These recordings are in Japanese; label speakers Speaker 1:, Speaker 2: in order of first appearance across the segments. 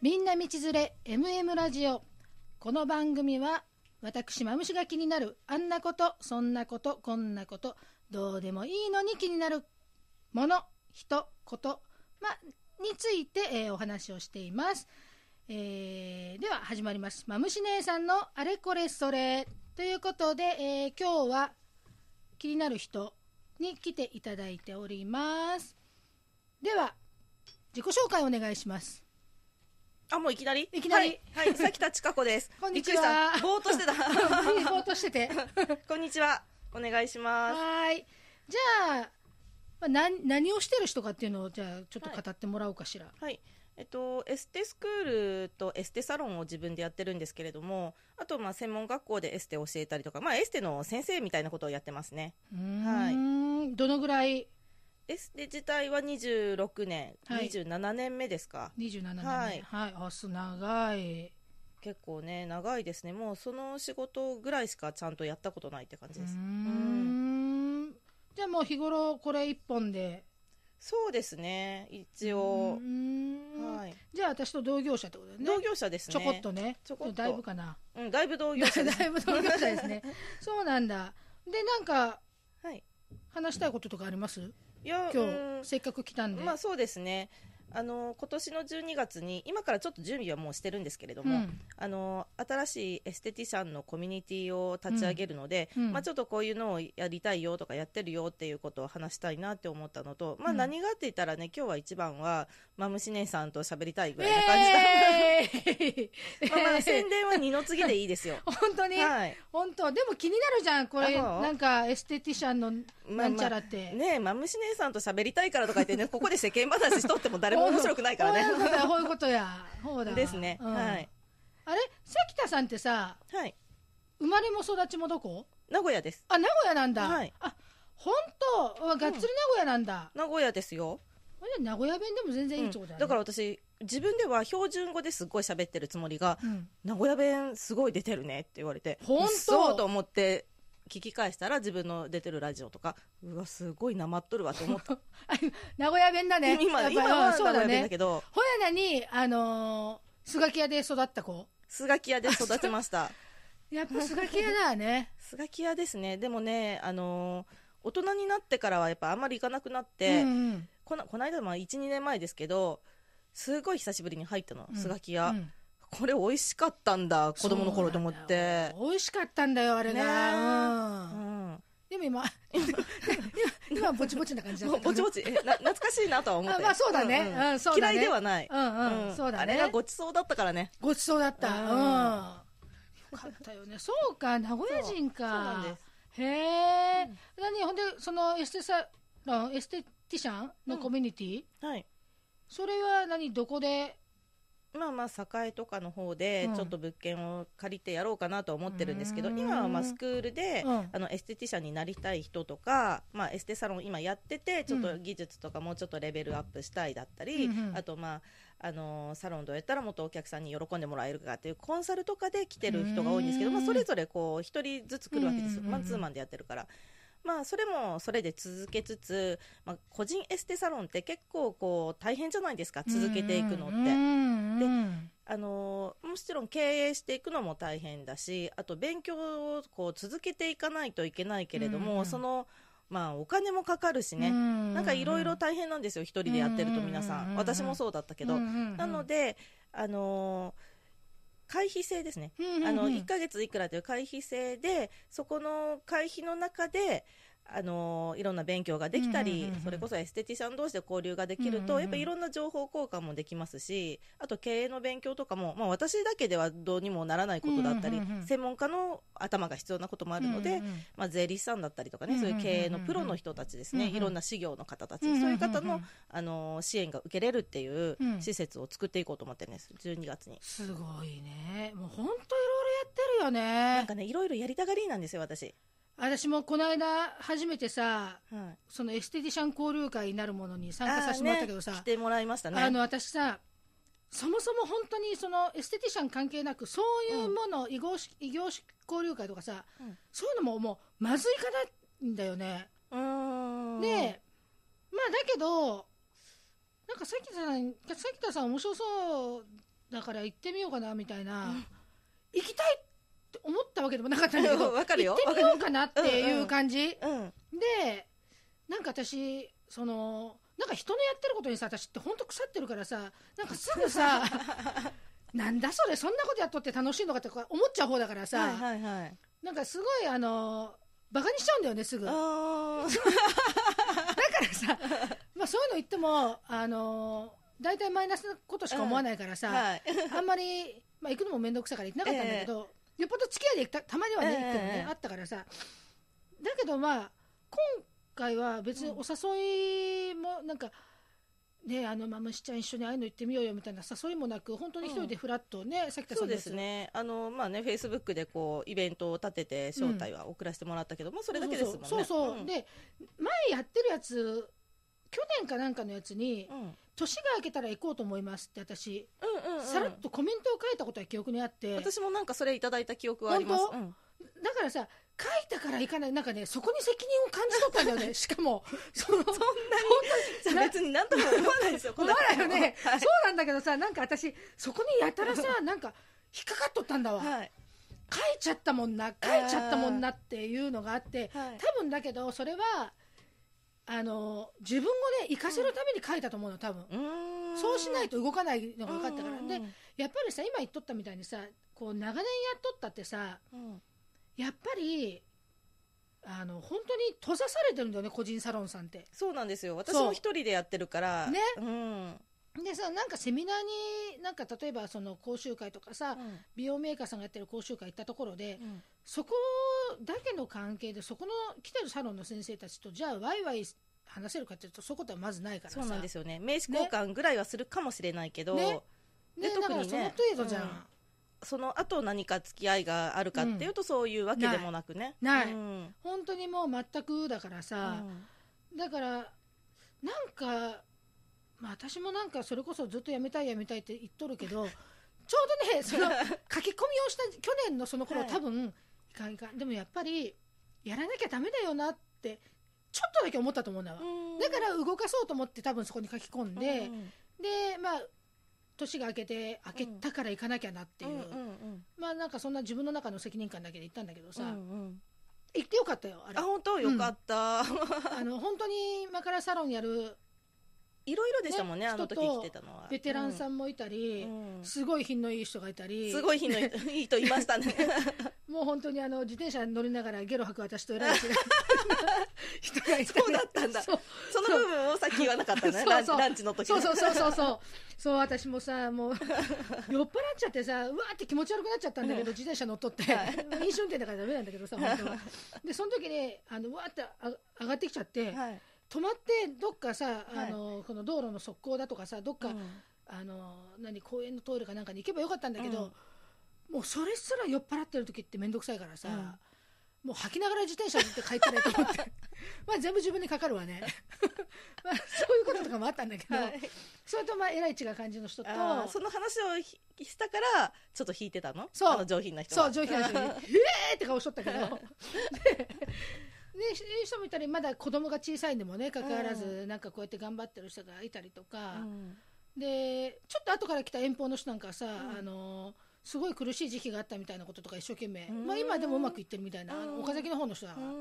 Speaker 1: みんな道連れ MM ラジオこの番組は私マムシが気になるあんなことそんなことこんなことどうでもいいのに気になるもの人ことまあについて、えーお話をしています、えーでは始まりますマムシ姉さんのあれこれそれということで、えー今日は気になる人に来ていただいておりますでは自己紹介お願いします
Speaker 2: あ、もういきなり
Speaker 1: いきなり
Speaker 2: はい、はい、さきたちかこです
Speaker 1: 。こんにちは
Speaker 2: びっくりしたぼーっとしてた。
Speaker 1: リポートしてて
Speaker 2: こんにちは。お願いします。
Speaker 1: はーいじゃあまあ何何をしてる人かっていうのをじゃあちょっと語ってもらおうかしら、
Speaker 2: はい。えっと、エステスクールとエステサロンを自分でやってるんですけれども、あと、まあ、専門学校でエステを教えたりとか、まあ、エステの先生みたいなことをやってますね。
Speaker 1: うーんどのぐらい
Speaker 2: エステ自体は26年、
Speaker 1: はい
Speaker 2: 27年目ですか。
Speaker 1: 27年目は
Speaker 2: はいい、
Speaker 1: あす長い
Speaker 2: 結構ね、長いですね。もう、その仕事ぐらいしかちゃんとやったことないって感
Speaker 1: う
Speaker 2: じ
Speaker 1: ー
Speaker 2: です。
Speaker 1: んじゃあもう日頃これ一本で
Speaker 2: そうですね、一
Speaker 1: う
Speaker 2: 応。
Speaker 1: ーん
Speaker 2: はい。
Speaker 1: じゃあ私と同業者ってことだよね
Speaker 2: 同業者ですね。
Speaker 1: ちょこっとね
Speaker 2: ちょこっと
Speaker 1: だいぶかな
Speaker 2: うん、だいぶ同業者で す
Speaker 1: だいぶ同業者です ねそうなんだでなんか
Speaker 2: はい。
Speaker 1: 話したいこととかあります
Speaker 2: いや、
Speaker 1: 今
Speaker 2: うん
Speaker 1: 日せっかく来たんで、
Speaker 2: まあそうですね。あの今年の12月に今からちょっと準備はもうしてるんですけれども、
Speaker 1: うん
Speaker 2: あの新しいエステティシャンのコミュニティを立ち上げるので、
Speaker 1: うんうん
Speaker 2: まあちょっとこういうのをやりたいよとかやってるよっていうことを話したいなって思ったのと、
Speaker 1: う
Speaker 2: まあ
Speaker 1: ん
Speaker 2: 何がって言ったらね今日は一番はマムシ姉さんと喋りたいぐらいな感じだ。
Speaker 1: えー。
Speaker 2: まあまあ宣伝は二の次でいいですよ
Speaker 1: 本当に、
Speaker 2: はい。
Speaker 1: 本当でも気になるじゃんこれ
Speaker 2: あそう
Speaker 1: なんかエステティシャンのな
Speaker 2: まあ
Speaker 1: んち
Speaker 2: ま
Speaker 1: ゃ
Speaker 2: あ
Speaker 1: らって、
Speaker 2: ねえ、マムシ姉さんと喋りたいからとか 言ってね、ここで世間話しとっても誰も面白くないからね
Speaker 1: ほ。ういうことやほういうことや ほうだわ
Speaker 2: ですね。
Speaker 1: うん
Speaker 2: はい。
Speaker 1: あれ関田さんってさ
Speaker 2: はい。
Speaker 1: 生まれも育ちもどこ
Speaker 2: 名古屋です。
Speaker 1: あ名古屋なんだ、
Speaker 2: はい
Speaker 1: あ本当うわがっつり名古屋なんだ、
Speaker 2: 名古屋ですよ。
Speaker 1: これ名古屋弁でも全然いいってことだね、
Speaker 2: うんだから私、自分では標準語ですっごい喋ってるつもりが、
Speaker 1: うん
Speaker 2: 名古屋弁すごい出てるねって言われて、
Speaker 1: ほんと
Speaker 2: そうと思って、聞き返したら自分の出てるラジオとか、うわ、すごいなまっとるわと思った。
Speaker 1: あ名古屋弁だ ね
Speaker 2: 今、
Speaker 1: やっぱ
Speaker 2: 今
Speaker 1: うん
Speaker 2: は
Speaker 1: そ
Speaker 2: 名
Speaker 1: う
Speaker 2: 古
Speaker 1: だ
Speaker 2: 屋弁だ
Speaker 1: ね
Speaker 2: けど、
Speaker 1: ほやなにあのー、スガキ屋で育った子
Speaker 2: スガキ屋で育ち ました。
Speaker 1: やっぱスガキ屋だね
Speaker 2: スガキ屋ですね。でもね、あのー大人になってからはやっぱあんまり行かなくなって、
Speaker 1: うんうん
Speaker 2: このこの間、まあ1、2年前ですけど、すごい久しぶりに入ったの、スガキ屋。
Speaker 1: うん
Speaker 2: これ美味しかったんだ、子供の頃と思っ
Speaker 1: そうなん
Speaker 2: て
Speaker 1: だ。よ美味しかったんだよあれが、
Speaker 2: う
Speaker 1: うん
Speaker 2: ん
Speaker 1: でも今 今今ぼちぼちな感じだったね
Speaker 2: ぼぼちぼち、えな懐かしいなとは思っ
Speaker 1: あ
Speaker 2: て。
Speaker 1: まあそうだね,、
Speaker 2: ん
Speaker 1: うんんそうだね
Speaker 2: 嫌いではない。
Speaker 1: うんうん、そうだ
Speaker 2: あ
Speaker 1: ね
Speaker 2: れがごちそうだったからね。
Speaker 1: ごちそうだった。う
Speaker 2: うん
Speaker 1: ん。よかったよね。そうか、名古屋人か。
Speaker 2: そうなんです。
Speaker 1: へえ。何、ほんで、そのエステサロン、エステティシャンのコミュニティ、
Speaker 2: はい。
Speaker 1: それは何、どこで
Speaker 2: まあまあ、栄とかの方で
Speaker 1: うん、
Speaker 2: ちょっと物件を借りてやろうかなとは思ってるんですけど、
Speaker 1: うん
Speaker 2: 今はまあスクールで、
Speaker 1: うん
Speaker 2: あのエステティシャンになりたい人とか、まあ、エステサロン今やっててちょっと技術とかもうちょっとレベルアップしたいだったり、
Speaker 1: うんうん
Speaker 2: あと、まああのーサロンどうやったらもっとお客さんに喜んでもらえるかっていうコンサルとかで来てる人が多いんですけど、
Speaker 1: うん
Speaker 2: まあ、それぞれこう一人ずつ来るわけですよ、
Speaker 1: うんうんうん
Speaker 2: マンツーマンでやってるから。まあ、それもそれで続けつつ、まあ、個人エステサロンって結構こう大変じゃないですか続けていくのって。
Speaker 1: うんうんうん
Speaker 2: あのーもちろん経営していくのも大変だしあと勉強をこう続けていかないといけないけれども、
Speaker 1: うんうん
Speaker 2: その、まあ、お金もかかるしね、
Speaker 1: うん
Speaker 2: なんかいろいろ大変なんですよ一人でやってると皆さん、
Speaker 1: うんうんうん
Speaker 2: 私もそうだったけど、
Speaker 1: うんうんうん
Speaker 2: なので、あのー回避制ですね、
Speaker 1: うんうんうん
Speaker 2: あの1ヶ月いくらという回避制でそこの会費の中であのーいろんな勉強ができたり、
Speaker 1: うんうんうんうん
Speaker 2: それこそエステティシャン同士で交流ができると、
Speaker 1: うんうんうん
Speaker 2: やっぱいろんな情報交換もできますしあと経営の勉強とかも、まあ、私だけではどうにもならないことだったり、
Speaker 1: うんうんうんうん
Speaker 2: 専門家の頭が必要なこともあるので、
Speaker 1: うんうん
Speaker 2: まあ、税理士さんだったりとか
Speaker 1: う
Speaker 2: ね
Speaker 1: んうん
Speaker 2: そううん
Speaker 1: うん
Speaker 2: いう経営のプロの人たちです
Speaker 1: う
Speaker 2: ね、
Speaker 1: んうん
Speaker 2: いろんな事業の方たち、
Speaker 1: うんうんうん
Speaker 2: そううんいう方の、あのー支援が受けれるっていう
Speaker 1: うん
Speaker 2: 施設を作っていこうと思ってるんです12月に。
Speaker 1: すごいね。もう本当いろいろやってる
Speaker 2: な
Speaker 1: よ
Speaker 2: ん
Speaker 1: ね。
Speaker 2: かねいろいろやりたがりなんですよ私。
Speaker 1: 私もこの間初めてさ、
Speaker 2: はい
Speaker 1: そのエステティシャン交流会になるものに参加させてもらったけどさ、
Speaker 2: あーね来てもらいましたね。
Speaker 1: あの私さそもそも本当にそのエステティシャン関係なくそういうもの、異業種異業種交流会とかさ、
Speaker 2: うん
Speaker 1: そういうのももうまずいかないんだよね。
Speaker 2: うーん。
Speaker 1: でまあだけどなんか関田さん関田さん面白そうだから行ってみようかなみたいな行きたいって思ったわけでもなかったんだけど
Speaker 2: わかるよ
Speaker 1: 行ってみようかなっていう感じ、
Speaker 2: うん
Speaker 1: でなんか私そのなんか人のやってることにさ私って本当腐ってるからさなんかすぐ さなんだそれそんなことやっとって楽しいのかとか思っちゃう方だからさ、
Speaker 2: はいはいはい
Speaker 1: なんかすごいあのバカにしちゃうんだよねすぐだか
Speaker 2: あ
Speaker 1: らさまあそういうの言ってもあの大体マイナスなことしか思わないから
Speaker 2: ー
Speaker 1: さ、
Speaker 2: はい
Speaker 1: あんまり、まあ、行くのも面倒くさいから行ってなかったんだけど、よっぽど付き合いで行ったたまにはね、
Speaker 2: ええ
Speaker 1: 行くのね
Speaker 2: え、え
Speaker 1: あったからさだけどまあ今回は別にお誘いもなんか、ねあのまあ虫ちゃん一緒にああいうの行ってみようよみたいな誘いもなく本当に一人でフラッとね、さっき
Speaker 2: そうですね、あのまあね、フェイスブックでこうイベントを立てて、招待は送らせてもらったけど、もうそ
Speaker 1: そ
Speaker 2: れだけですもんね。
Speaker 1: そうそう、
Speaker 2: ん
Speaker 1: で前やってるやつ去年かなんかのやつに、
Speaker 2: うんうん
Speaker 1: 年が明けたら行こうと思いますって私、
Speaker 2: うんうん
Speaker 1: さらっとコメントを書いたことは記憶にあって
Speaker 2: 私もなんかそれいただいた記憶はあります。
Speaker 1: 本当だからさ、書いたから行かない、なんかね、そこに責任を感じ取ったんだよね、しか も、その、そう
Speaker 2: うん別になんとも思わないで すよ、
Speaker 1: 思わないよね
Speaker 2: はい
Speaker 1: なんだけどさ、なんか私、そこにやたらさ、なんか、引っかかっとったんだわ、
Speaker 2: はい
Speaker 1: 書いちゃったもんな、書いちゃったもんなっていうのがあって、
Speaker 2: はい
Speaker 1: 多分だけど、それは、あの、自分をね、活かせるために書いたと思うの、多分。
Speaker 2: うーん
Speaker 1: そうしないと動かないのが分かったから。
Speaker 2: うん
Speaker 1: で、やっぱりさ、今言っとったみたいにさ、こう、長年やっとったってさ、
Speaker 2: うん
Speaker 1: やっぱり、あの、本当に閉ざされてるんだよね、個人サロンさんって。
Speaker 2: そうなんですよ、私
Speaker 1: そう
Speaker 2: も一人でやってるから、
Speaker 1: ね
Speaker 2: うん
Speaker 1: でさ、なんかセミナーに、なんか例えばその講習会とかさ、美容メーカーさんがやってる講習会行ったところで、
Speaker 2: うん
Speaker 1: そこだけの関係で、そこの来てるサロンの先生たちと、じゃあワイワイ話せるかっていうと、そういうことはまずないからさ。。
Speaker 2: そうなんですすよね、名刺交換ぐらいはするかもしれないけど、
Speaker 1: ねね、
Speaker 2: で
Speaker 1: だから
Speaker 2: 特に
Speaker 1: その
Speaker 2: ね
Speaker 1: 程度じゃん。
Speaker 2: うんその後何か付き合いがあるかっていうと、そういうわけでもなくね。
Speaker 1: ないない
Speaker 2: うん
Speaker 1: 本当にもう全くだからさ
Speaker 2: う、ん
Speaker 1: だから、なんか、まあ私もなんかそれこそずっとやめたいやめたいって言っとるけど、ちょうどね、その、書き込みをした去年のその頃、
Speaker 2: はい
Speaker 1: 多分いかんいかんでもやっぱりやらなきゃダメだよなってちょっとだけ思ったと思うんだわ、だから動かそうと思って多分そこに書き込んで、
Speaker 2: うんうん
Speaker 1: でまあ年が明けて明けたから行かなきゃなっていう、
Speaker 2: うんうんうん
Speaker 1: まあなんかそんな自分の中の責任感だけで行ったんだけどさ、
Speaker 2: うんうん
Speaker 1: 行ってよかったよあれ
Speaker 2: あ本当よかった、
Speaker 1: あの本当に今からサロンやる
Speaker 2: いろいろでしたもんね
Speaker 1: ね
Speaker 2: あの時
Speaker 1: 人と
Speaker 2: 来てたのは
Speaker 1: ベテランさ
Speaker 2: ん、
Speaker 1: んもいたり、
Speaker 2: うん
Speaker 1: すごい品のいい人がいたり
Speaker 2: すごい日のいいいいと言いましたね
Speaker 1: もう本当にあの自転車に乗りながらゲロ吐く私と偉い人 が人がいた
Speaker 2: そうだったんだ
Speaker 1: そう
Speaker 2: その部分をさっき言わなかったね
Speaker 1: そう
Speaker 2: ラン
Speaker 1: そう
Speaker 2: ランチの時
Speaker 1: そうそう
Speaker 2: う
Speaker 1: そうそうそうそう私もさもう酔っ払っちゃってさうわーって気持ち悪くなっちゃったんだけど、自転車乗っとって、飲酒運転だからダメなんだけどさ本当はでその時にあのうわーってあ上がってきちゃって、
Speaker 2: はい、
Speaker 1: 止まってどっかさあの、この道路の側溝だとかさどっか、
Speaker 2: うん
Speaker 1: あの何公園のトイレかなんかに行けばよかったんだけど、
Speaker 2: うん
Speaker 1: もうそれすら酔っ払ってる時って面倒くさいからさ、もう吐きながら自転車乗って帰ったらいいと思って まあ全部自分にかかるわねまあそういうこととかもあったんだけど、
Speaker 2: はい
Speaker 1: それとまあえらい違う感じの人と
Speaker 2: あーその話をひしたからちょっと引いてたの
Speaker 1: そう
Speaker 2: あの上品な人は
Speaker 1: そう上品 な人に「ええ!」って顔しとったけどででそういう人もいたりまだ子供が小さいんでもね関わらず、
Speaker 2: う
Speaker 1: なんかこうやって頑張ってる人がいたりとか。
Speaker 2: うん
Speaker 1: でちょっと後から来た遠方の人なんかはさ、
Speaker 2: ん
Speaker 1: あのすごい苦しい時期があったみたいなこととか一生懸命、
Speaker 2: ん
Speaker 1: まあ、今でもうまくいってるみたいな、あの
Speaker 2: うん
Speaker 1: 岡崎の方の人だか
Speaker 2: う
Speaker 1: ら、っ
Speaker 2: ん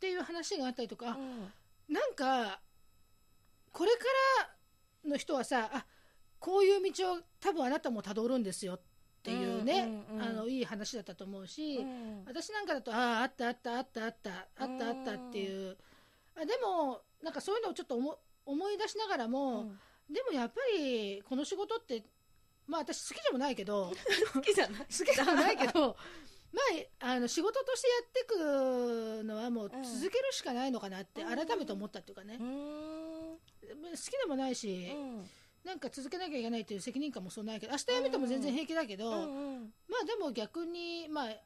Speaker 1: ていう話があったりとか、あ
Speaker 2: うん
Speaker 1: なんかこれからの人はさあこういう道を多分あなたもたどるんですよっていうね、
Speaker 2: うんうんうん
Speaker 1: あのいい話だったと思うし、
Speaker 2: うん
Speaker 1: 私なんかだとあああったあったあったあったあったあったっていう、あでもなんかそういうのをちょっと思思い出しながらも、でもやっぱりこの仕事ってまあ私好きでもないけど
Speaker 2: 好きじゃない
Speaker 1: 好きでもないけどまああの仕事としてやっていくのはもう
Speaker 2: うん
Speaker 1: 続けるしかないのかなって
Speaker 2: うん
Speaker 1: 改めて思ったっていうかね、
Speaker 2: うん
Speaker 1: 好きでもないし、
Speaker 2: うん
Speaker 1: なんか続けなきゃいけないっていう責任感もそんなないけど明日やめても全然平気だけど、
Speaker 2: うんうん
Speaker 1: まあでも逆にまあ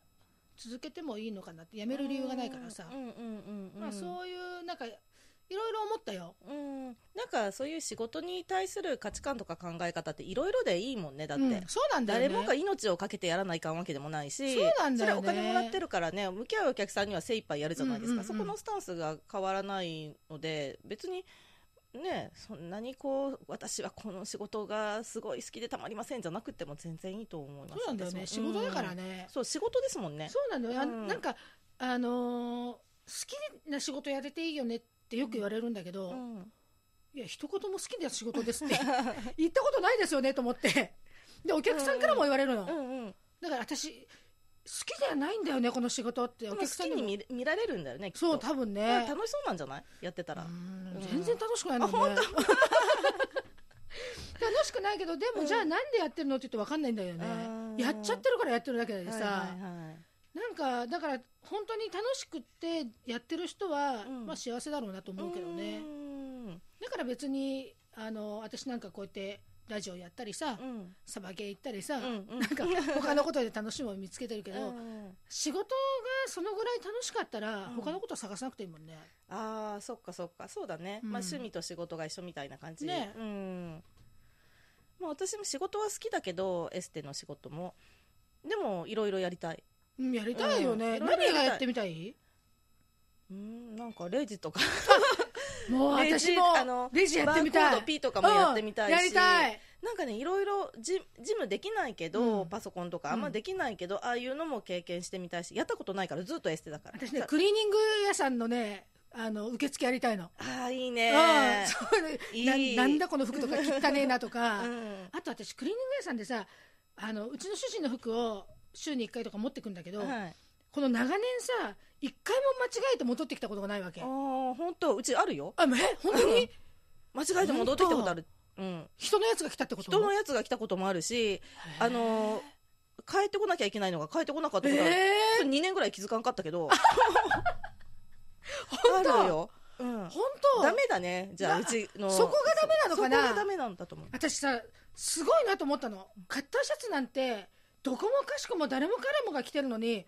Speaker 1: 続けてもいいのかなってやめる理由がないからさ、
Speaker 2: うんうんうんうん
Speaker 1: まあ、そういうなんかいろいろ思ったよ。
Speaker 2: うん、なんかそういう仕事に対する価値観とか考え方っていろいろでいいもんねだって、
Speaker 1: うんそうなんだよね
Speaker 2: 誰もが命を懸けてやらないかんわけでもないし
Speaker 1: そうなんだよね
Speaker 2: れはお金もらってるからね向き合うお客さんには精一杯やるじゃないで
Speaker 1: う
Speaker 2: すか、
Speaker 1: んうんうん
Speaker 2: そこのスタンスが変わらないので別にねそんなにこう私はこの仕事がすごい好きでたまりませんじゃなくても全然いいと思います
Speaker 1: そうなんだよね
Speaker 2: 私
Speaker 1: 仕
Speaker 2: も
Speaker 1: 事だから
Speaker 2: うん
Speaker 1: ね、
Speaker 2: そう仕事ですもんね
Speaker 1: そうなんだよ、あ
Speaker 2: うん
Speaker 1: なんかあのー好きな仕事やれていいよねってよく言われるんだけど、
Speaker 2: うん
Speaker 1: いや一言も好きな仕事 ですって言ったことないですよねと思ってでお客さんからも言われるの、
Speaker 2: うんうん
Speaker 1: だから私好きではないんだよねこの仕事って
Speaker 2: で
Speaker 1: お
Speaker 2: も
Speaker 1: 客
Speaker 2: 好
Speaker 1: さん
Speaker 2: き
Speaker 1: にも
Speaker 2: に見れ見られるんだよねきっと
Speaker 1: そう多分
Speaker 2: だ
Speaker 1: ね
Speaker 2: から楽しそうなんじゃないやってたら
Speaker 1: うん
Speaker 2: うん
Speaker 1: 全然楽しくないのね楽しくないけどでも、
Speaker 2: うん
Speaker 1: じゃあなんでやってるのって言って分かんないんだよね
Speaker 2: うん
Speaker 1: やっちゃってるからやってるだけでさ、
Speaker 2: はいはいはい
Speaker 1: なんかだから本当に楽しくってやってる人は、
Speaker 2: うん
Speaker 1: まあ幸せだろうなと思うけどね
Speaker 2: うん
Speaker 1: だから別にあの私なんかこうやってラジオやったりさ、
Speaker 2: うん
Speaker 1: サバゲー行ったりさ、
Speaker 2: うんうん
Speaker 1: なんか他のことで楽しみを見つけてるけど、
Speaker 2: うん
Speaker 1: 仕事がそのぐらい楽しかったら
Speaker 2: うん
Speaker 1: 他のこと探さなくていいもんね、
Speaker 2: ああそっかそっかそうだね、
Speaker 1: うん
Speaker 2: まあ趣味と仕事が一緒みたいな感じ
Speaker 1: ね
Speaker 2: うんまあ私も仕事は好きだけどエステの仕事もでもいろいろやりたい
Speaker 1: うん、やりたいよね、
Speaker 2: うん
Speaker 1: 何がやってみたい
Speaker 2: うんなんかレジとか
Speaker 1: もう
Speaker 2: レ
Speaker 1: 私
Speaker 2: ジ
Speaker 1: も
Speaker 2: あの
Speaker 1: レジやってみた
Speaker 2: バ
Speaker 1: い
Speaker 2: ーコード P とかもやってみたいし、
Speaker 1: うんやりたい
Speaker 2: なんかねいろいろジジムできないけど、
Speaker 1: うん
Speaker 2: パソコンとかあんまできないけど、ああいうのも経験してみたいしやったことないからずっとエステだから
Speaker 1: 私 ねクリーニング屋さんのねあの受付やりたいの、
Speaker 2: ああいい
Speaker 1: うん
Speaker 2: ね
Speaker 1: そう
Speaker 2: いい
Speaker 1: ななんだこの服とか汚ねえなと
Speaker 2: う
Speaker 1: か、
Speaker 2: ん
Speaker 1: あと私クリーニング屋さんでさあのうちの主人の服を週に1回とか持ってくんだけど、
Speaker 2: はい
Speaker 1: この長年さ一回も間違えて戻ってきたことがないわけ
Speaker 2: あ
Speaker 1: あ
Speaker 2: あ本当うちあるよ
Speaker 1: え本当
Speaker 2: うん
Speaker 1: に
Speaker 2: 間違えて戻ってきたことある、うん、
Speaker 1: 人のやつが来たってこと
Speaker 2: 人のやつが来たこともあるし、あの帰ってこなきゃいけないのが帰ってこなかったことある、
Speaker 1: え
Speaker 2: それ2年ぐらい気づかんかったけど
Speaker 1: 本当
Speaker 2: あるよ、うん
Speaker 1: ー、本当
Speaker 2: ダメだねじゃあ
Speaker 1: な
Speaker 2: うちの
Speaker 1: そこがダメなのかな
Speaker 2: そこがダメなんだと思う
Speaker 1: 私さすごいなと思ったのカッターシャツなんてどこもかしこも誰も彼もが着てるのに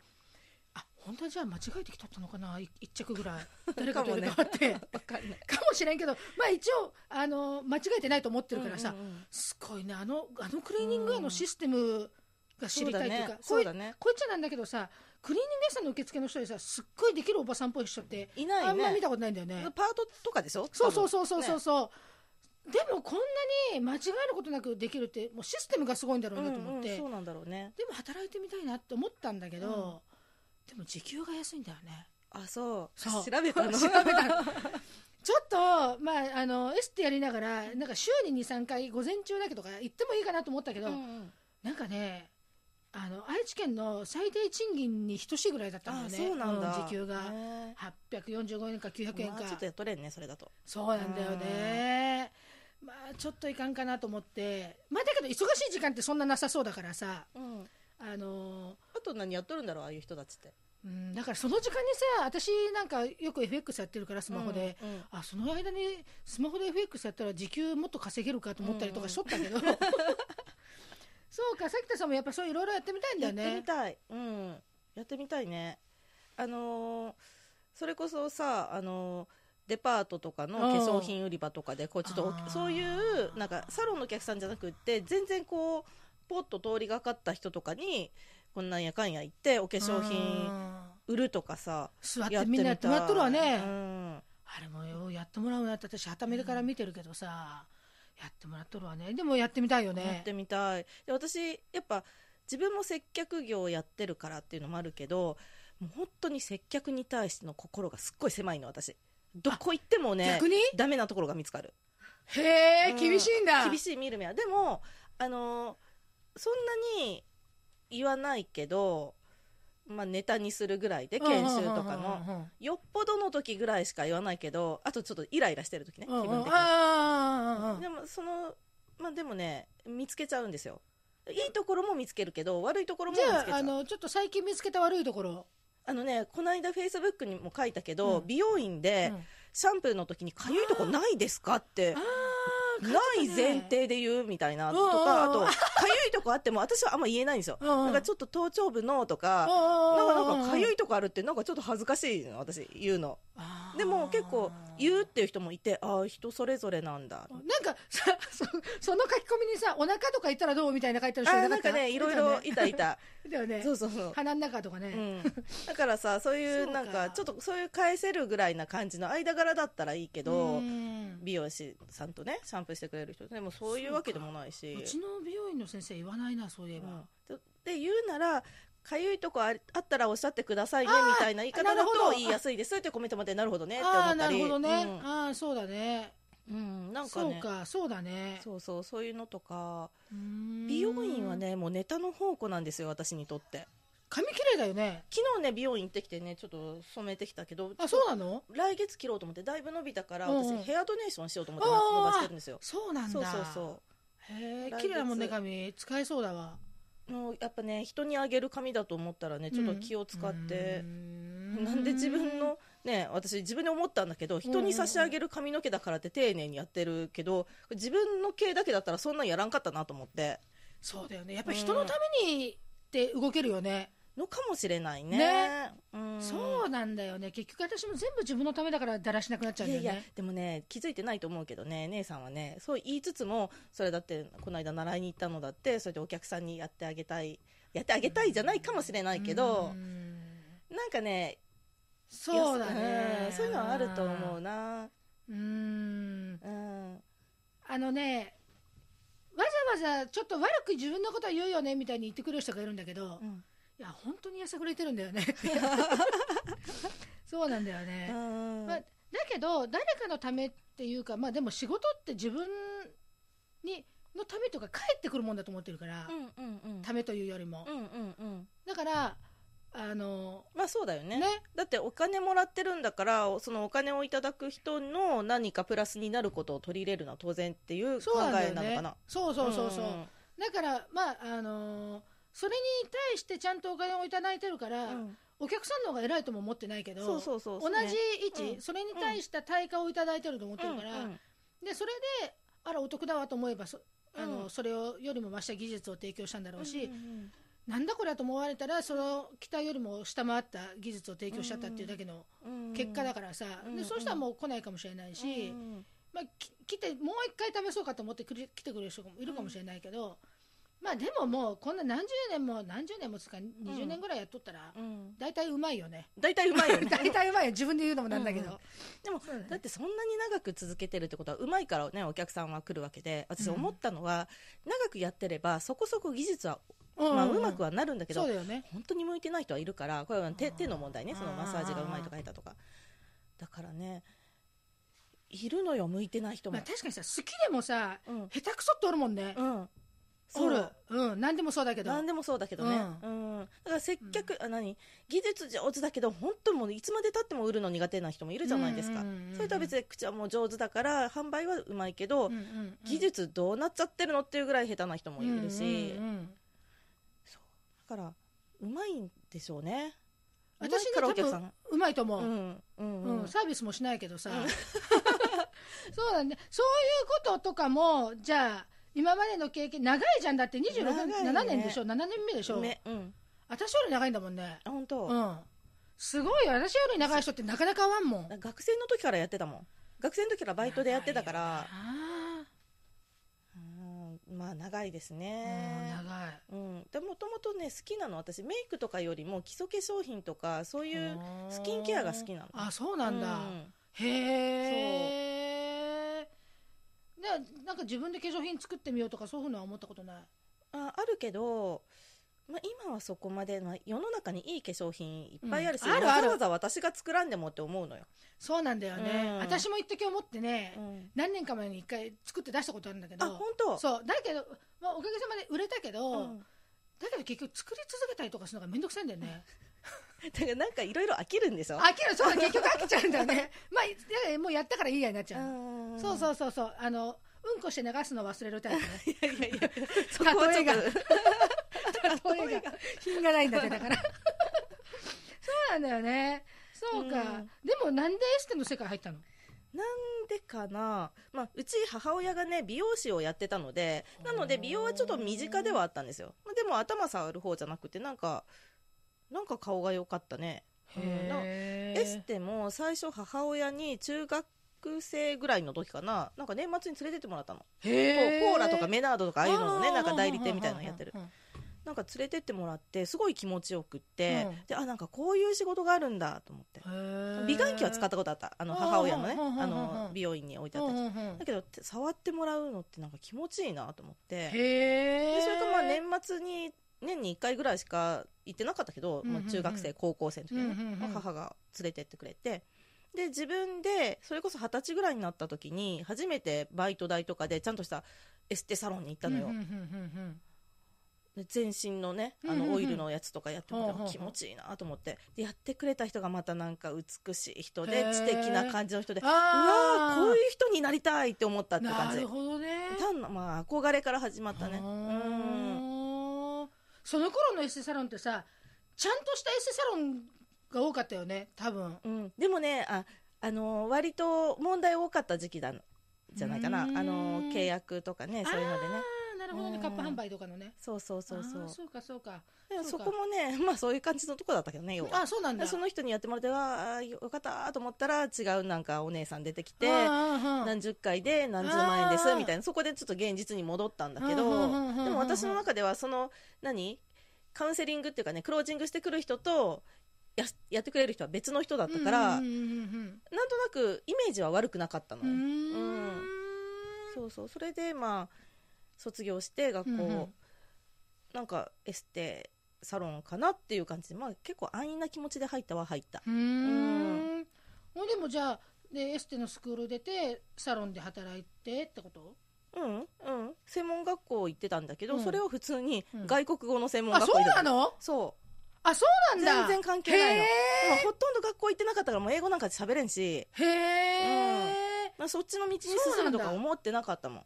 Speaker 1: あ本当はじゃあ間違えてきとったのかない一着ぐらい誰かと入れ替わってかも,、
Speaker 2: かんない
Speaker 1: しれんけどまあ一応あの間違えてないと思ってるからさ、
Speaker 2: うんうんうん
Speaker 1: すごいねあのあのクリーニング屋のシステムが知りたいというか、こ
Speaker 2: そうう
Speaker 1: い
Speaker 2: だね
Speaker 1: こいつなんだけどさクリーニング屋さんの受付の人でさすっごいできるおばさんっぽい人って
Speaker 2: いないね
Speaker 1: あんま見たことないんだよね
Speaker 2: パートとかでしょ
Speaker 1: そうそうそうそうそうそう、でもこんなに間違えることなくできるってもうシステムがすごいんだろ
Speaker 2: 多
Speaker 1: う
Speaker 2: 分
Speaker 1: な
Speaker 2: ね
Speaker 1: と思って、
Speaker 2: うんうんそうなんだろうね
Speaker 1: でも働いてみたいなって思ったんだけど、でも時給が安いんだよね
Speaker 2: あそう
Speaker 1: そう
Speaker 2: 調べた の
Speaker 1: 調べたのちょっと、まあ、あのエステやりながらなんか週に23回午前中だけとか行ってもいいかなと思ったけど、
Speaker 2: うんうん
Speaker 1: なんかねあの愛知県の最低賃金に等しいぐらいだったん
Speaker 2: あ
Speaker 1: だよね
Speaker 2: そうなんだ
Speaker 1: 時給が
Speaker 2: ね
Speaker 1: 845円か900円
Speaker 2: ま
Speaker 1: か、
Speaker 2: あちょっとやっとれんねそれだと
Speaker 1: そうなんだよね。まあちょっといかんかなと思って。まあだけど忙しい時間ってそんななさそうだからさ、
Speaker 2: うん
Speaker 1: あの
Speaker 2: あと何やっとるんだろうああいう人たちって
Speaker 1: ーうん、だからその時間にさ、私なんかよく FX やってるからスマホで。
Speaker 2: うんうん
Speaker 1: あその間にスマホで FX やったら時給もっと稼げるかと思ったりとかしとったけ ど、そうかさきたさんもやっぱそういろいろやってみたいんだ
Speaker 2: や
Speaker 1: よ
Speaker 2: っ
Speaker 1: ね
Speaker 2: てみたい、うん、やってみたいねあのーそれこそさあのーデパートとかの化
Speaker 1: うん
Speaker 2: 粧品売り場とかでこうちょっと
Speaker 1: あー
Speaker 2: おそういうなんかサロンのお客さんじゃなくって全然こうポッと通りがかった人とかにこんなんやかんや行ってお化粧品
Speaker 1: うん
Speaker 2: 売るとかさ
Speaker 1: 座っ
Speaker 2: や
Speaker 1: てみんなやってもらっとるわね、
Speaker 2: うん
Speaker 1: あれもようやってもらうなって私はためから見てるけどさ、やってもらっとるわねでもやってみたいよね
Speaker 2: やってみたいで私やっぱ自分も接客業をやってるからっていうのもあるけどもう本当に接客に対しての心がすっごい狭いの私どこ行ってもね
Speaker 1: 逆に
Speaker 2: ダメなところが見つかる
Speaker 1: へえ、
Speaker 2: うん
Speaker 1: 厳しいんだ
Speaker 2: 厳しい見る目はでもあのーそんなに言わないけど、まあ、ネタにするぐらいで
Speaker 1: うんうん
Speaker 2: 研修とか
Speaker 1: う
Speaker 2: の
Speaker 1: んうん
Speaker 2: よっぽどの時ぐらいしか言わないけどあとちょっとイライラしてる時ね気
Speaker 1: うんうん
Speaker 2: 分的に
Speaker 1: あー
Speaker 2: でもそのまあでもね見つけちゃうんですよいいところも見つけるけど悪いところも
Speaker 1: じ
Speaker 2: 見つけち
Speaker 1: ゃあ
Speaker 2: ゃうあ
Speaker 1: あ
Speaker 2: の
Speaker 1: のちょっと最近見つけた悪いところ、
Speaker 2: ねこの間フェイスブックにも書いたけど、
Speaker 1: うん
Speaker 2: 美容院
Speaker 1: う
Speaker 2: で
Speaker 1: ん
Speaker 2: シャンプーの時にかゆいとこないですかって
Speaker 1: あー
Speaker 2: ない前提で言うみたいなとか、
Speaker 1: うんうんうん
Speaker 2: あとかゆいとこあっても私はあんま言えないんですよ、
Speaker 1: うんうん
Speaker 2: なんかちょっと頭頂部のと
Speaker 1: あ
Speaker 2: か、なんか
Speaker 1: ー
Speaker 2: なんかかゆいとこあるってなんかちょっと恥ずかしいの私言うの
Speaker 1: あー
Speaker 2: でも結構言うっていう人もいてああ人それぞれなんだ
Speaker 1: なんかさ そその書き込みにさお腹とかいったらどうみたいな書いて
Speaker 2: あ
Speaker 1: る人いな
Speaker 2: ー
Speaker 1: か
Speaker 2: な
Speaker 1: っ
Speaker 2: ん
Speaker 1: た
Speaker 2: かねいろいろいたいた
Speaker 1: だよね
Speaker 2: そうそうそう
Speaker 1: 鼻の中とかね、
Speaker 2: うん、 だからさそうい
Speaker 1: そうう
Speaker 2: な
Speaker 1: か
Speaker 2: んかちょっとそういう返せるぐらいな感じの間柄だったらいいけど
Speaker 1: うん
Speaker 2: 美容師さんとねシャンプーしてくれる人でもそういうわけでもないし
Speaker 1: うちの美容院の先生言わないなそういえば、
Speaker 2: うんでで言うならかゆいとこありあったらおっしゃってくださいねみたいな言い方
Speaker 1: な
Speaker 2: だ
Speaker 1: るほど
Speaker 2: と言いやすいですってコメントまでなるほどねって思
Speaker 1: ああ
Speaker 2: っ
Speaker 1: ーな
Speaker 2: た
Speaker 1: る
Speaker 2: り
Speaker 1: ほどね、ああそうだね
Speaker 2: うん、うんなんか
Speaker 1: そう
Speaker 2: ね
Speaker 1: かそうだね
Speaker 2: そうそうそういうのとか
Speaker 1: うーん
Speaker 2: 美容院はねもうネタの宝庫なんですよ私にとって
Speaker 1: 髪綺麗だよね
Speaker 2: 昨日ね美容院行ってきてねちょっと染めてきたけど
Speaker 1: あそうなの
Speaker 2: 来月切ろうと思ってだいぶ伸びたから
Speaker 1: うんう
Speaker 2: 私
Speaker 1: ん
Speaker 2: ヘアドネーションしようと思って
Speaker 1: あー
Speaker 2: 伸ばしてるんですよ
Speaker 1: そうなんだ
Speaker 2: そうそうそ
Speaker 1: へえ
Speaker 2: 来月
Speaker 1: 綺麗だもんね髪使えそうだわ
Speaker 2: うもうやっぱね人にあげる髪だと思ったらねちょっと気を使って、
Speaker 1: うん
Speaker 2: なんで自分のね私自分で思ったんだけど人に差し上げる髪の毛だからって丁寧にやってるけど自分の毛だけだったらそんなんやらんかったなと思って
Speaker 1: そうだよねやっぱり人のためにって動けるよね、
Speaker 2: のかもしれないね
Speaker 1: ね
Speaker 2: うん
Speaker 1: そうなんだよね結局私も全部自分のためだからだらしなくなっちゃうん
Speaker 2: い
Speaker 1: だ
Speaker 2: や
Speaker 1: よ
Speaker 2: い
Speaker 1: ね
Speaker 2: やでもね気づいてないと思うけどね姉さんはねそう言いつつもそれだってこの間習いに行ったのだってそれでお客さんにやってあげたいやってあげたいじゃないかもしれないけど
Speaker 1: う、ん
Speaker 2: なんかね
Speaker 1: そうだ
Speaker 2: う
Speaker 1: ね
Speaker 2: んそういうのはあると思うな
Speaker 1: うん
Speaker 2: うん
Speaker 1: あのねわざわざちょっと悪く自分のこと言うよねみたいに言ってくる人がいるんだけど、
Speaker 2: う
Speaker 1: い
Speaker 2: ん
Speaker 1: や本当にやさぐれてるんだ よねそうなんだよね、
Speaker 2: うん
Speaker 1: まあ、だけど誰かのためっていうかまあでも仕事って自分にのためとか返ってくるもんだと思ってるから、
Speaker 2: うんうんうん
Speaker 1: ためというよりも、
Speaker 2: うんうんうん
Speaker 1: だからあの
Speaker 2: まあそうだよね
Speaker 1: ね
Speaker 2: だってお金もらってるんだからそのお金をいただく人の何かプラスになることを取り入れるのは当然っていう考
Speaker 1: そうなんだ
Speaker 2: え
Speaker 1: よ
Speaker 2: なの
Speaker 1: ね
Speaker 2: かな
Speaker 1: そうそうそうそう、
Speaker 2: んん
Speaker 1: だからまああのそれに対してちゃんとお金をいただいてるから、
Speaker 2: うん
Speaker 1: お客さんの方が偉いとも思ってないけど
Speaker 2: そうそうそう
Speaker 1: 同じ位置、
Speaker 2: うん
Speaker 1: それに対した対価をいただいてると思ってるから、
Speaker 2: うんうん
Speaker 1: でそれであらお得だわと思えばそあの、
Speaker 2: うん
Speaker 1: それをよりも増した技術を提供したんだろうし、
Speaker 2: うんうんうん
Speaker 1: なんだこれはと思われたらその期待よりも下回った技術を提供しちゃったっていうだけの結果だからさ、
Speaker 2: うんう
Speaker 1: で
Speaker 2: ん
Speaker 1: そうしたらもう来ないかもしれないし、
Speaker 2: うん
Speaker 1: まあ、き来てもう一回試そうかと思ってくれ来てくれる人もいるかもしれないけど、まあでももうこんな何十年も何十年もつか20年ぐらいやっとったら
Speaker 2: うん
Speaker 1: 大体うまいよね
Speaker 2: 大体うまいよね
Speaker 1: 大体うまいよ自分で言うのもなんだけど、
Speaker 2: うんうんでも
Speaker 1: そうだね
Speaker 2: だってそんなに長く続けてるってことはうまいからねお客さんは来るわけで私
Speaker 1: うん
Speaker 2: 思ったのは、長くやってればそこそこ技術は、
Speaker 1: うんうん
Speaker 2: まあ、うまくはなるんだけど、
Speaker 1: そうだよね
Speaker 2: 本当に向いてない人はいるからこれは手
Speaker 1: あー
Speaker 2: 手の問題ねそのマッサージがうまいとか下手とかだからねいるのよ向いてない人も、
Speaker 1: まあ、確かにさ好きでもさ
Speaker 2: うん
Speaker 1: 下手くそっておるもんね、
Speaker 2: うん
Speaker 1: おるうん何でもそうだけど
Speaker 2: 何でもそうだけどね、
Speaker 1: う
Speaker 2: うんだから接客、あ何技術上手だけど本当もういつまでたっても売るの苦手な人もいるじゃないですか、
Speaker 1: うんうんうんうん
Speaker 2: それとは別で口はもう上手だから販売はうまいけど、
Speaker 1: うんうんうん
Speaker 2: 技術どうなっちゃってるのっていうぐらい下手な人もいるし、
Speaker 1: うんうんうん
Speaker 2: そうだからうまいんでしょうね
Speaker 1: 私
Speaker 2: うまいからお客さん
Speaker 1: うまいと思う、
Speaker 2: うんうん
Speaker 1: う
Speaker 2: うんん
Speaker 1: サービスもしないけどさ、
Speaker 2: うん
Speaker 1: そうだねそういうこととかもじゃあ今までの経験長いじゃんだって
Speaker 2: 長いね
Speaker 1: 26、7年でしょ7年目でしょ、
Speaker 2: ねうん
Speaker 1: 私より長いんだもんね
Speaker 2: あ本当、
Speaker 1: うんすごいよ私より長い人ってなかなか会わんもん
Speaker 2: 学生の時からやってたもん学生の時からバイトでやってたから
Speaker 1: あ
Speaker 2: うんまあ長いです
Speaker 1: あ
Speaker 2: ね
Speaker 1: 長い
Speaker 2: うんでもともとね好きなの私メイクとかよりも基礎化粧品とかそういう
Speaker 1: あー
Speaker 2: スキンケアが好きなの
Speaker 1: あそうなんだ、
Speaker 2: うん
Speaker 1: へえなんか自分で化粧品作ってみようとかそういうふうのは思ったことない
Speaker 2: ああるけど、まあ、今はそこまで、まあ、世の中にいい化粧品いっぱいあるし、
Speaker 1: うんあるある
Speaker 2: わざわざ私が作らんでもって思うのよ、
Speaker 1: そうなんだよね、
Speaker 2: うん
Speaker 1: 私も一時思ってね、
Speaker 2: うん
Speaker 1: 何年か前に一回作って出したことあるんだけど
Speaker 2: あ本当
Speaker 1: そうだけど、まあ、おかげさまで売れたけど、
Speaker 2: うん
Speaker 1: だけど結局作り続けたりとかするのがめんどくさいんだよね、
Speaker 2: だからなんかいろいろ飽きるんでしょ
Speaker 1: 飽きるそうだ結局飽きちゃうんだよ ねまあいだからもうやったからいいやになっちゃう、
Speaker 2: うん
Speaker 1: そうそうそうそうあのうんこして流すの忘れるタイプね
Speaker 2: いやいやいやそこは
Speaker 1: 例え
Speaker 2: ちょ
Speaker 1: が
Speaker 2: っ と
Speaker 1: 例えが品がないんだってだ からそうなんだよねそうか、
Speaker 2: うん
Speaker 1: でもなんでエステの世界入ったの
Speaker 2: なんでかな、まあ、うち母親がね美容師をやってたのでなので美容はちょっと身近ではあったんですよまあでも頭触る方じゃなくてなんかなんか顔が良かったねうんなんか
Speaker 1: へ
Speaker 2: エステも最初母親に中学生ぐらいの時かななんか年末に連れてってもらったの、
Speaker 1: へ
Speaker 2: コーラとかメナードとかああいうの
Speaker 1: あ
Speaker 2: のね
Speaker 1: ー
Speaker 2: なんか代理店みたいなのやってる
Speaker 1: うんうん
Speaker 2: なんか連れてってもらってすごい気持ちよくって、
Speaker 1: うん
Speaker 2: であなんかこういう仕事があるんだと思って美顔器は使ったたことあったあの
Speaker 1: あー
Speaker 2: 母親のね
Speaker 1: うんうんうんうん
Speaker 2: あの美容院に置いてあったやつだけどて触ってもらうのってなんか気持ちいいなと思っ
Speaker 1: へ
Speaker 2: てで
Speaker 1: え
Speaker 2: それとまあ年末に年に1回ぐらいしか行ってなかったけど、
Speaker 1: うんうんうん
Speaker 2: まあ、中学生高校生の時にね、
Speaker 1: うんうんうん
Speaker 2: まあ母が連れてってくれてで自分でそれこそ二十歳ぐらいになった時に初めてバイト代とかでちゃんとしたエステサロンに行ったのよ、
Speaker 1: うんうんうん
Speaker 2: で全身のね
Speaker 1: う
Speaker 2: あ
Speaker 1: んうんう
Speaker 2: の
Speaker 1: ん
Speaker 2: オイルのやつとかやってもらっ
Speaker 1: ほうほうほう
Speaker 2: 気持ちいいなと思ってでやってくれた人がまたなんか美しい人
Speaker 1: へ
Speaker 2: で
Speaker 1: ー
Speaker 2: 知的な感じの人で
Speaker 1: うん
Speaker 2: うわーこう
Speaker 1: う
Speaker 2: いう人になりたいって思ったって感
Speaker 1: な
Speaker 2: じ
Speaker 1: るほどね
Speaker 2: 単なまあ憧れから始まったね
Speaker 1: あ
Speaker 2: うん
Speaker 1: ーその頃のエステサロンってさちゃんとしたエステサロンが多かったよね多分
Speaker 2: うん、でもねあ、あのー割と問題多かった時期だじゃないかな、あ
Speaker 1: うーん
Speaker 2: のー契約とかねそういうのでね
Speaker 1: ああなるほどね
Speaker 2: うん
Speaker 1: カップ販売とかのね
Speaker 2: そうそうそうそ
Speaker 1: あー
Speaker 2: う
Speaker 1: そうかそうか
Speaker 2: でも
Speaker 1: そ
Speaker 2: そう
Speaker 1: か
Speaker 2: こもね まあそういう感じのとこだったけどね要は
Speaker 1: あそうなんだ
Speaker 2: その人にやってもらってわあよかったと思ったら違うなんかお姉さん出てきて
Speaker 1: 何
Speaker 2: 何十回で何十万円で
Speaker 1: あ
Speaker 2: す
Speaker 1: ー
Speaker 2: みたいなそこでちょっと現実に戻ったんだけ
Speaker 1: う
Speaker 2: ど
Speaker 1: んうんうんうんうん
Speaker 2: でも私の中ではその何カウンセリングっていうかねクロージングしてくる人とやすやってくれる人は別の人だったから、なんとなくイメージは悪くなかったのよ、うんそうそうそれでまあ卒業して学校、
Speaker 1: うんうん
Speaker 2: なんかエステサロンかなっていう感じで、まあ、結構安易な気持ちで入ったは入った
Speaker 1: うーんほんでもじゃあでエステのスクール出てサロンで働いてってこと
Speaker 2: うんうん専門学校行ってたんだけど、
Speaker 1: うん
Speaker 2: それを普通に
Speaker 1: うん
Speaker 2: 外国語の専門
Speaker 1: あ
Speaker 2: 学校
Speaker 1: そう
Speaker 2: 行ってた
Speaker 1: なの
Speaker 2: そ
Speaker 1: あそうな
Speaker 2: う
Speaker 1: んだ
Speaker 2: 全然関係ないの
Speaker 1: へ
Speaker 2: まあほとんど学校行ってなかったからもう英語なんか喋れんし、
Speaker 1: えへえ
Speaker 2: まあ、そっちの道に進
Speaker 1: そうな
Speaker 2: む
Speaker 1: ん
Speaker 2: と
Speaker 1: だ
Speaker 2: か思ってなかったもん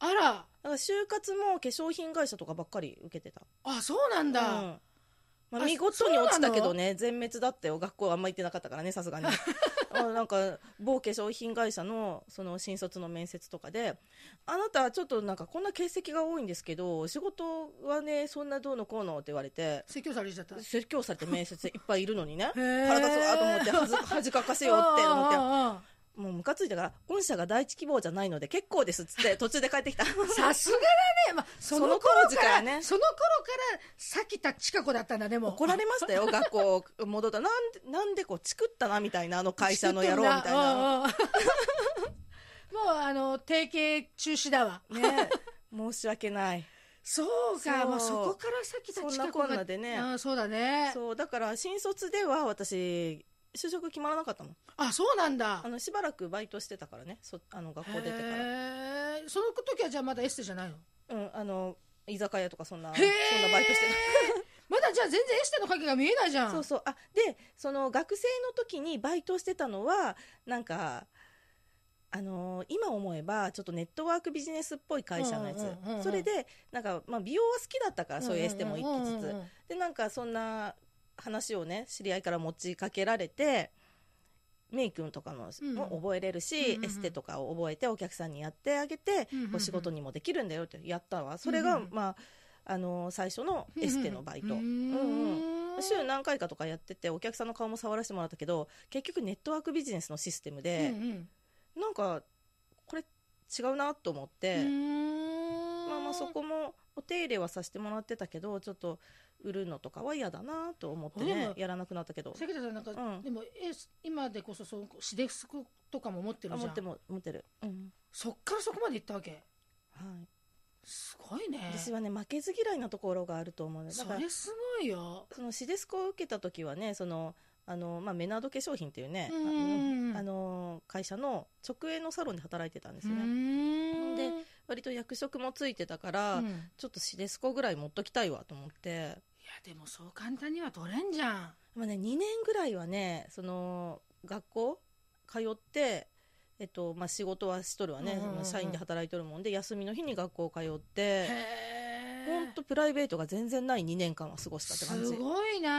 Speaker 1: あら
Speaker 2: だから就活も化粧品会社とかばっかり受けてた
Speaker 1: あそうなんだ、
Speaker 2: うんまあ、
Speaker 1: あ
Speaker 2: 見事に落ちたけどね全滅だったよ学校あんま行ってなかったからねさ すがにあなんか某化粧品会社のその新卒の面接とかで「あなたちょっとなんかこんな欠席が多いんですけど仕事はねそんなどうのこうの」って言われて
Speaker 1: 説教されちゃった
Speaker 2: 説教されて面接いっぱいいるのにね
Speaker 1: へー
Speaker 2: 腹立つわと思って恥ず恥かかせようって思って
Speaker 1: 思っ
Speaker 2: もうムカついたから「御社が第一希望じゃないので結構です」っつって途中で帰っ てきた
Speaker 1: さすがだね、まあ、その頃
Speaker 2: その当時
Speaker 1: か
Speaker 2: かららね
Speaker 1: その頃からさきたちか子だったんだねもう
Speaker 2: 怒られまし たよ学校戻ったなんでなんでこうチクったなみたいなあの会社の野郎みた いな
Speaker 1: うんうんもうあの提携中止だわ
Speaker 2: ね申し 訳ない
Speaker 1: そうか
Speaker 2: そう
Speaker 1: もうそこからさきたち
Speaker 2: そん
Speaker 1: か
Speaker 2: な
Speaker 1: 子が
Speaker 2: こんなでね
Speaker 1: あそうだね
Speaker 2: そうだから新卒では私就職決まらなかったもん
Speaker 1: あそうなんだ
Speaker 2: あのしばらくバイトしてたからねそあの学校出てか
Speaker 1: へえその時はじゃあまだエステじゃないの
Speaker 2: らうんあの居酒屋とかそんな
Speaker 1: へ
Speaker 2: そ
Speaker 1: ー
Speaker 2: んなバイトして
Speaker 1: まだじゃあ全然エステの影が見えないじゃ
Speaker 2: た
Speaker 1: ん
Speaker 2: そうそうあでその学生の時にバイトしてたのはなんかあの今思えばちょっとネットワークビジネスっぽい会社のやつ、
Speaker 1: うんうんうんうん
Speaker 2: それでなんか、まあ、美容は好きだったからそういうエステも行きつつ、
Speaker 1: うんうんうんうん
Speaker 2: でなんかそんな話をね知り合いから持ちかけられてメイクとかの
Speaker 1: うん
Speaker 2: も覚えれ
Speaker 1: う
Speaker 2: る
Speaker 1: んう
Speaker 2: し、
Speaker 1: んうん
Speaker 2: エステとかを覚えてお客さんにやってあげて、
Speaker 1: うんうんうん
Speaker 2: お仕事にもできるんだよってやったわそれが、
Speaker 1: うんうんうん
Speaker 2: まああの最初のエステのバイト、
Speaker 1: うん
Speaker 2: うんうん週何回かとかやっててお客さんの顔も触らせてもらったけど結局ネットワークビジネスのシステム
Speaker 1: う
Speaker 2: で、
Speaker 1: ん
Speaker 2: なんかこれ違うなと思って。
Speaker 1: うん
Speaker 2: まあまあそこもお手入れはさせてもらってたけどちょっと売るのとかは嫌だなと思って
Speaker 1: で
Speaker 2: ね
Speaker 1: も
Speaker 2: やらなくなったけど
Speaker 1: 関田さんなんか、
Speaker 2: うん
Speaker 1: でもえ今でこそそうシデスクとかも持ってる
Speaker 2: あ
Speaker 1: じ
Speaker 2: 持
Speaker 1: ゃ
Speaker 2: って
Speaker 1: ん
Speaker 2: も持ってる、うん
Speaker 1: そっからそこまで行ったわけ
Speaker 2: はい、
Speaker 1: すごいね
Speaker 2: 私はね負けず嫌いなところがあると思うのだ
Speaker 1: そ
Speaker 2: から
Speaker 1: れすごいよ
Speaker 2: そのシデスコを受けた時はねそのあの、まあ、メナード化粧品っていうね、
Speaker 1: うんうんうん
Speaker 2: あのあの会社の直営のサロンで働いてたんです
Speaker 1: う
Speaker 2: よね、
Speaker 1: ん
Speaker 2: で割と役職もついてたから、
Speaker 1: うんい
Speaker 2: ちょっとシデスコぐらい持っときたいわと思って
Speaker 1: やでもそう簡単には取れんじゃん
Speaker 2: まあね、2年ぐらいはねその学校通って、えっとまあ、仕事はしとるわ
Speaker 1: うん
Speaker 2: ね、
Speaker 1: うんうん
Speaker 2: まあ社員で働いとるもんで休みの日に学校通っ
Speaker 1: へ
Speaker 2: て
Speaker 1: え
Speaker 2: 本当プライベートが全然ない2年間は過ごしたって感じ
Speaker 1: すごい
Speaker 2: それ
Speaker 1: な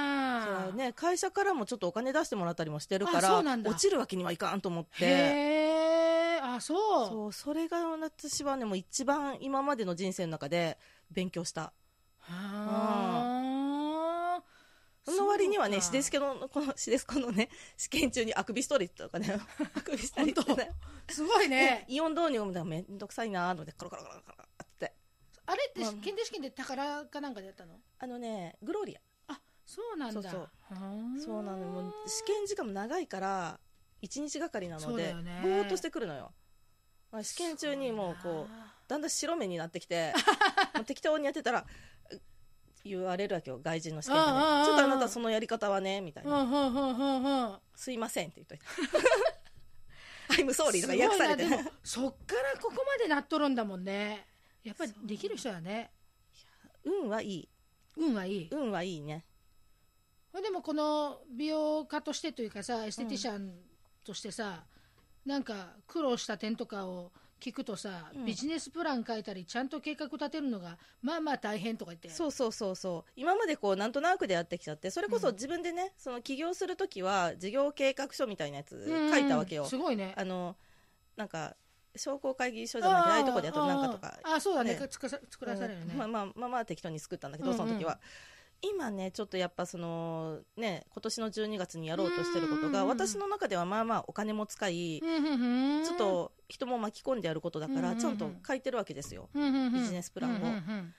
Speaker 2: はね、会社からもちょっとお金出してもらったりもしてるか
Speaker 1: あそ
Speaker 2: ら
Speaker 1: うなんだ
Speaker 2: 落ちるわけにはいかんと思って。
Speaker 1: へえあそう
Speaker 2: そうそれが私はねもう一番今までの人生の中で勉強した
Speaker 1: はあ
Speaker 2: その割にはね、
Speaker 1: そうか
Speaker 2: シデスケの、このシデスコのね、試験中にあくびストリートとかね、あくびしたりとかね、
Speaker 1: すごいね
Speaker 2: イオン導入もめんどくさいなーと思って、コロコロコロコロって。
Speaker 1: あれって
Speaker 2: まあ
Speaker 1: 検定試験で宝かなんかでやったの
Speaker 2: あのねグローリア
Speaker 1: あそうなんだ
Speaker 2: そうそう
Speaker 1: はー
Speaker 2: そうなのよもう試験時間も長いから1日がかりな
Speaker 1: そ
Speaker 2: の
Speaker 1: うだ
Speaker 2: で
Speaker 1: よね
Speaker 2: ぼーっとしてくるのよまあ試験中にもうこうだんだん白目になってきてもう適当にやってたらう言われるわけよ外人の試験でね
Speaker 1: うんうんうんうん
Speaker 2: ちょっとあなたそのやり方はねみたい
Speaker 1: そうな
Speaker 2: な
Speaker 1: んだうんうんうんうんうん
Speaker 2: 「すいません」って言っといて「I'm sorry」とか訳されて
Speaker 1: す
Speaker 2: い
Speaker 1: ごいな
Speaker 2: や
Speaker 1: でもそっからここまでなっとるんだもんねやっぱりできる人はね
Speaker 2: 運はいい
Speaker 1: 運はいい、
Speaker 2: 運はいいね
Speaker 1: ほんでもこの美容家としてというかさエステティシャンとしてさ、なんか苦労した点とかを聞くとさ、
Speaker 2: うん
Speaker 1: ビジネスプラン書いたりちゃんと計画立てるのがまあまあ大変とか言って
Speaker 2: そうそうそうそう今までこうなんとなくでやってきちゃってそれこ
Speaker 1: う
Speaker 2: そ
Speaker 1: ん
Speaker 2: 自分でねその起業する時は事業計画書みたいなやつ
Speaker 1: うん
Speaker 2: 書いたわけよ
Speaker 1: すごいね
Speaker 2: あのなんか商工会議所じゃなくてああいうとこでやっとなんかとか
Speaker 1: あーあーそうだね
Speaker 2: ね
Speaker 1: つくさ作らされるね、
Speaker 2: うんまあまあまあまあ適当に作ったんだけど、
Speaker 1: うんうん
Speaker 2: その時は今ねちょっとやっぱそのね今年の12月にやろうとしてることが、
Speaker 1: うんうんうん
Speaker 2: 私の中ではまあまあお金も使い、
Speaker 1: うんうんうん
Speaker 2: ちょっと人も巻き込んでやることだから、
Speaker 1: うんうんうん
Speaker 2: ちゃんと書いてるわけですよ
Speaker 1: うんうんうん
Speaker 2: ビジネスプランを
Speaker 1: うんうんうん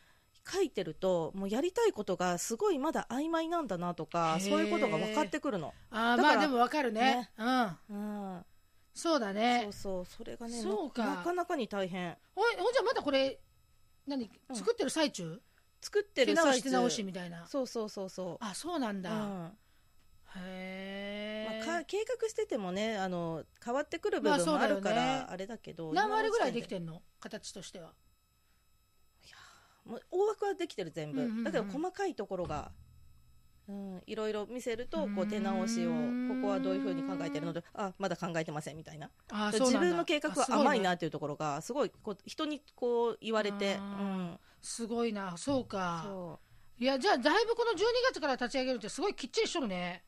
Speaker 2: 書いてるともうやりたいことがすごいまだ曖昧なんだなとか
Speaker 1: へー
Speaker 2: そういうことが分かってくるの、
Speaker 1: あーま
Speaker 2: だか
Speaker 1: あ
Speaker 2: ら
Speaker 1: でもわかるね
Speaker 2: ね
Speaker 1: うん
Speaker 2: うん、
Speaker 1: そうだね
Speaker 2: そうそうそれがね
Speaker 1: そうか
Speaker 2: ななかなかに大変
Speaker 1: ほいほんじゃまたこれ何
Speaker 2: うん
Speaker 1: 作ってる最中、
Speaker 2: 作って
Speaker 1: 手
Speaker 2: る
Speaker 1: 直
Speaker 2: 最
Speaker 1: し手
Speaker 2: 中
Speaker 1: 直しみたいな
Speaker 2: そうそうそうそう
Speaker 1: あそうなんだ、
Speaker 2: うん
Speaker 1: へえ、
Speaker 2: まあ、か計画しててもねあの変わってくる部
Speaker 1: まあ
Speaker 2: 分
Speaker 1: そう
Speaker 2: も
Speaker 1: だ
Speaker 2: あ
Speaker 1: よ
Speaker 2: る
Speaker 1: ね
Speaker 2: からあれだけど、
Speaker 1: 何割ぐらいでき
Speaker 2: る
Speaker 1: てんの形としては
Speaker 2: もう大枠はできてる全部、
Speaker 1: うんうんうん
Speaker 2: だけど細かいところが、うん、いろいろ見せるとこ
Speaker 1: うー
Speaker 2: うん手直しをここはどういうふうに考えてるのであまだ考えてませんみたいな
Speaker 1: あ
Speaker 2: 自分の計画は甘いな
Speaker 1: あ
Speaker 2: っていうところがすごいこう人にこう言われて、
Speaker 1: あ
Speaker 2: う
Speaker 1: ー
Speaker 2: ん、
Speaker 1: すごいなそうか
Speaker 2: そう
Speaker 1: いやじゃあだいぶこの12月から立ち上げるってすごいきっちりしとるね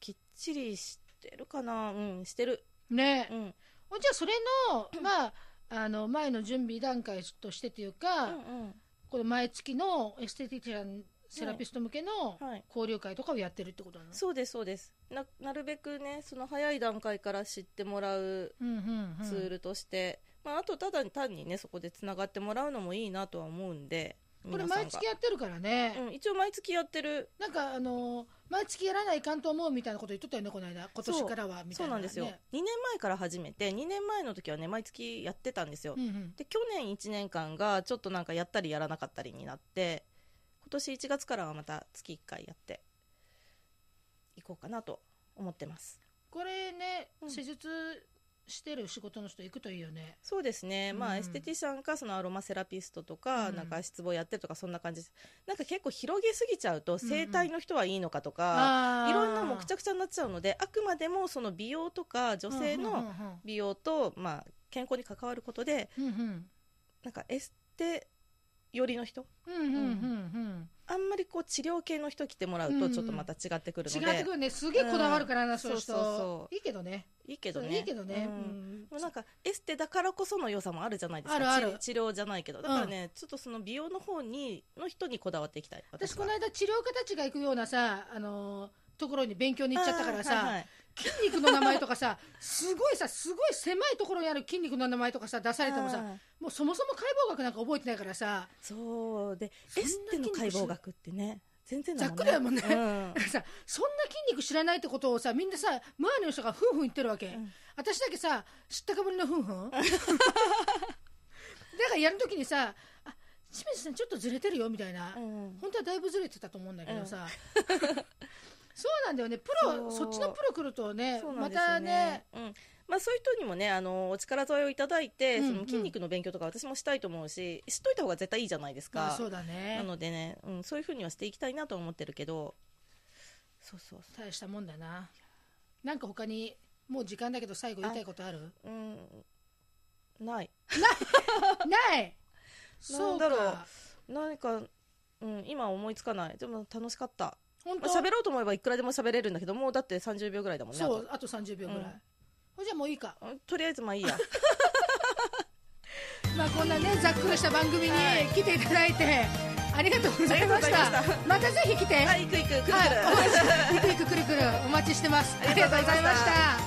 Speaker 2: きっちりしてるかなうんしてる、
Speaker 1: ね、
Speaker 2: うん、
Speaker 1: ほんじゃあそれのまああの前の準備段階としてというか、
Speaker 2: うん
Speaker 1: この毎月のエステティシャンセラピスト向けの
Speaker 2: うんはい
Speaker 1: 交流会とかをやってるってことなの、
Speaker 2: そうですそうですななるべくねその早い段階から知ってもらう
Speaker 1: うんうんうん、
Speaker 2: ツールとして、まあ、あとただ単にねそこでつながってもらうのもいいなとは思うんで
Speaker 1: これ
Speaker 2: 皆さん
Speaker 1: 毎
Speaker 2: が
Speaker 1: 月やってるからね、
Speaker 2: うん、一応毎月やってる
Speaker 1: なんかあのー毎月やらないかんと思うみたいなこと言っとったよねこの間今年からはみた
Speaker 2: そ
Speaker 1: いうな、ね、
Speaker 2: なんですよ、2年前から始めて2年前の時はね毎月やってたんですよ、
Speaker 1: うんうん、
Speaker 2: で去年1年間がちょっとなんかやったりやらなかったりになって今年1月からはまた月1回やっていこうかなと思ってます
Speaker 1: これね、
Speaker 2: うん
Speaker 1: 施術してる仕事の人行くといいよね
Speaker 2: そうですね、ま
Speaker 1: うん
Speaker 2: あエステティシャンかそのアロマセラピストとか、
Speaker 1: うん
Speaker 2: なんか足つぼやってとかそんな感じですなんか結構広げすぎちゃうと
Speaker 1: うん
Speaker 2: 整体の人はいいのかとか、
Speaker 1: あー
Speaker 2: いろんなもうくちゃくちゃになっちゃうのであくまでもその美容とか女性
Speaker 1: うん
Speaker 2: の美容と、まあ、健康に関わることで
Speaker 1: うんうん
Speaker 2: なんかエステ寄りの人
Speaker 1: うんうんうんうん
Speaker 2: あんまりこう治療系の人来てもらう
Speaker 1: うんう
Speaker 2: と
Speaker 1: ん
Speaker 2: ちょっとまた違ってくる
Speaker 1: 違
Speaker 2: ので、
Speaker 1: ってくるねすげえこだわるからな、
Speaker 2: うん
Speaker 1: そういう人
Speaker 2: そうそうそう
Speaker 1: いいけどね
Speaker 2: いいけど
Speaker 1: そう
Speaker 2: ね
Speaker 1: いいけどね、う
Speaker 2: う
Speaker 1: んん
Speaker 2: もうなんかエステだからこその良さもあるじゃないですか
Speaker 1: あるある
Speaker 2: 治治療じゃないけどだからね、ちょっとその美容の方にの人にこだわっていきたい
Speaker 1: 私こ
Speaker 2: は
Speaker 1: の間治療家たちが行くようなさあのーところに勉強に行っちゃったからさ、
Speaker 2: あーはいはい
Speaker 1: 筋肉の名前とかさすごいさすごい狭いところにある筋肉の名前とかさ出されてもさ
Speaker 2: あー
Speaker 1: もうそもそも解剖学なんか覚えてないからさ、
Speaker 2: そうで
Speaker 1: そん
Speaker 2: エ
Speaker 1: な
Speaker 2: ステの解剖学ってね全然だもんね
Speaker 1: ざっくりだ
Speaker 2: うん
Speaker 1: だからさ、そんな筋肉知らないってことをさ、みんなさ、周りの人がふんふん言ってるわけ。
Speaker 2: うん
Speaker 1: 私だけさ、知ったかぶりのふんふん だからやるときにさ、あ、清水さんちょっとずれてるよみたいな。
Speaker 2: うん
Speaker 1: 本当はだいぶずれてたと思うんだけどさ。 そうなんだよね。プロ、そ
Speaker 2: そう
Speaker 1: っちのプロ来るとね、
Speaker 2: そうな
Speaker 1: ま
Speaker 2: んですよ
Speaker 1: たね、
Speaker 2: うんまあ、そういう人にもねあのお力添えをいただいて、
Speaker 1: うん
Speaker 2: その筋肉の勉強とか私もしたいと思うし知っといた方が絶対いいじゃないです
Speaker 1: まあ
Speaker 2: か、
Speaker 1: そうだね
Speaker 2: な。のでね、うん、そういうふうにはしていきたいなと思ってるけどそうそうそ
Speaker 1: 大したもんだな。なんか他に、もう時間だけど最後言いたいことある
Speaker 2: う、うん、ない
Speaker 1: ないそう
Speaker 2: なんだろう
Speaker 1: か。
Speaker 2: 何か、うん、今思いつかないでも楽しかった、
Speaker 1: 本
Speaker 2: まあ、喋ろうと思えばいくらでも喋れるんだけどもうだって30秒ぐらいだもんね
Speaker 1: そう、あと30秒ぐらい。
Speaker 2: うん
Speaker 1: ほいじゃもういいか。
Speaker 2: あとうんとりあえずまあいいや
Speaker 1: まあこんなね、ざっくりした番組に
Speaker 2: はい
Speaker 1: 来ていただいて、ありがとうございました。
Speaker 2: ありがとうございま
Speaker 1: またぜひ来て、
Speaker 2: はい行く行くくるくる、
Speaker 1: はいお待ち、くるくるくるくる、お待ちしてます。ありがとうございました。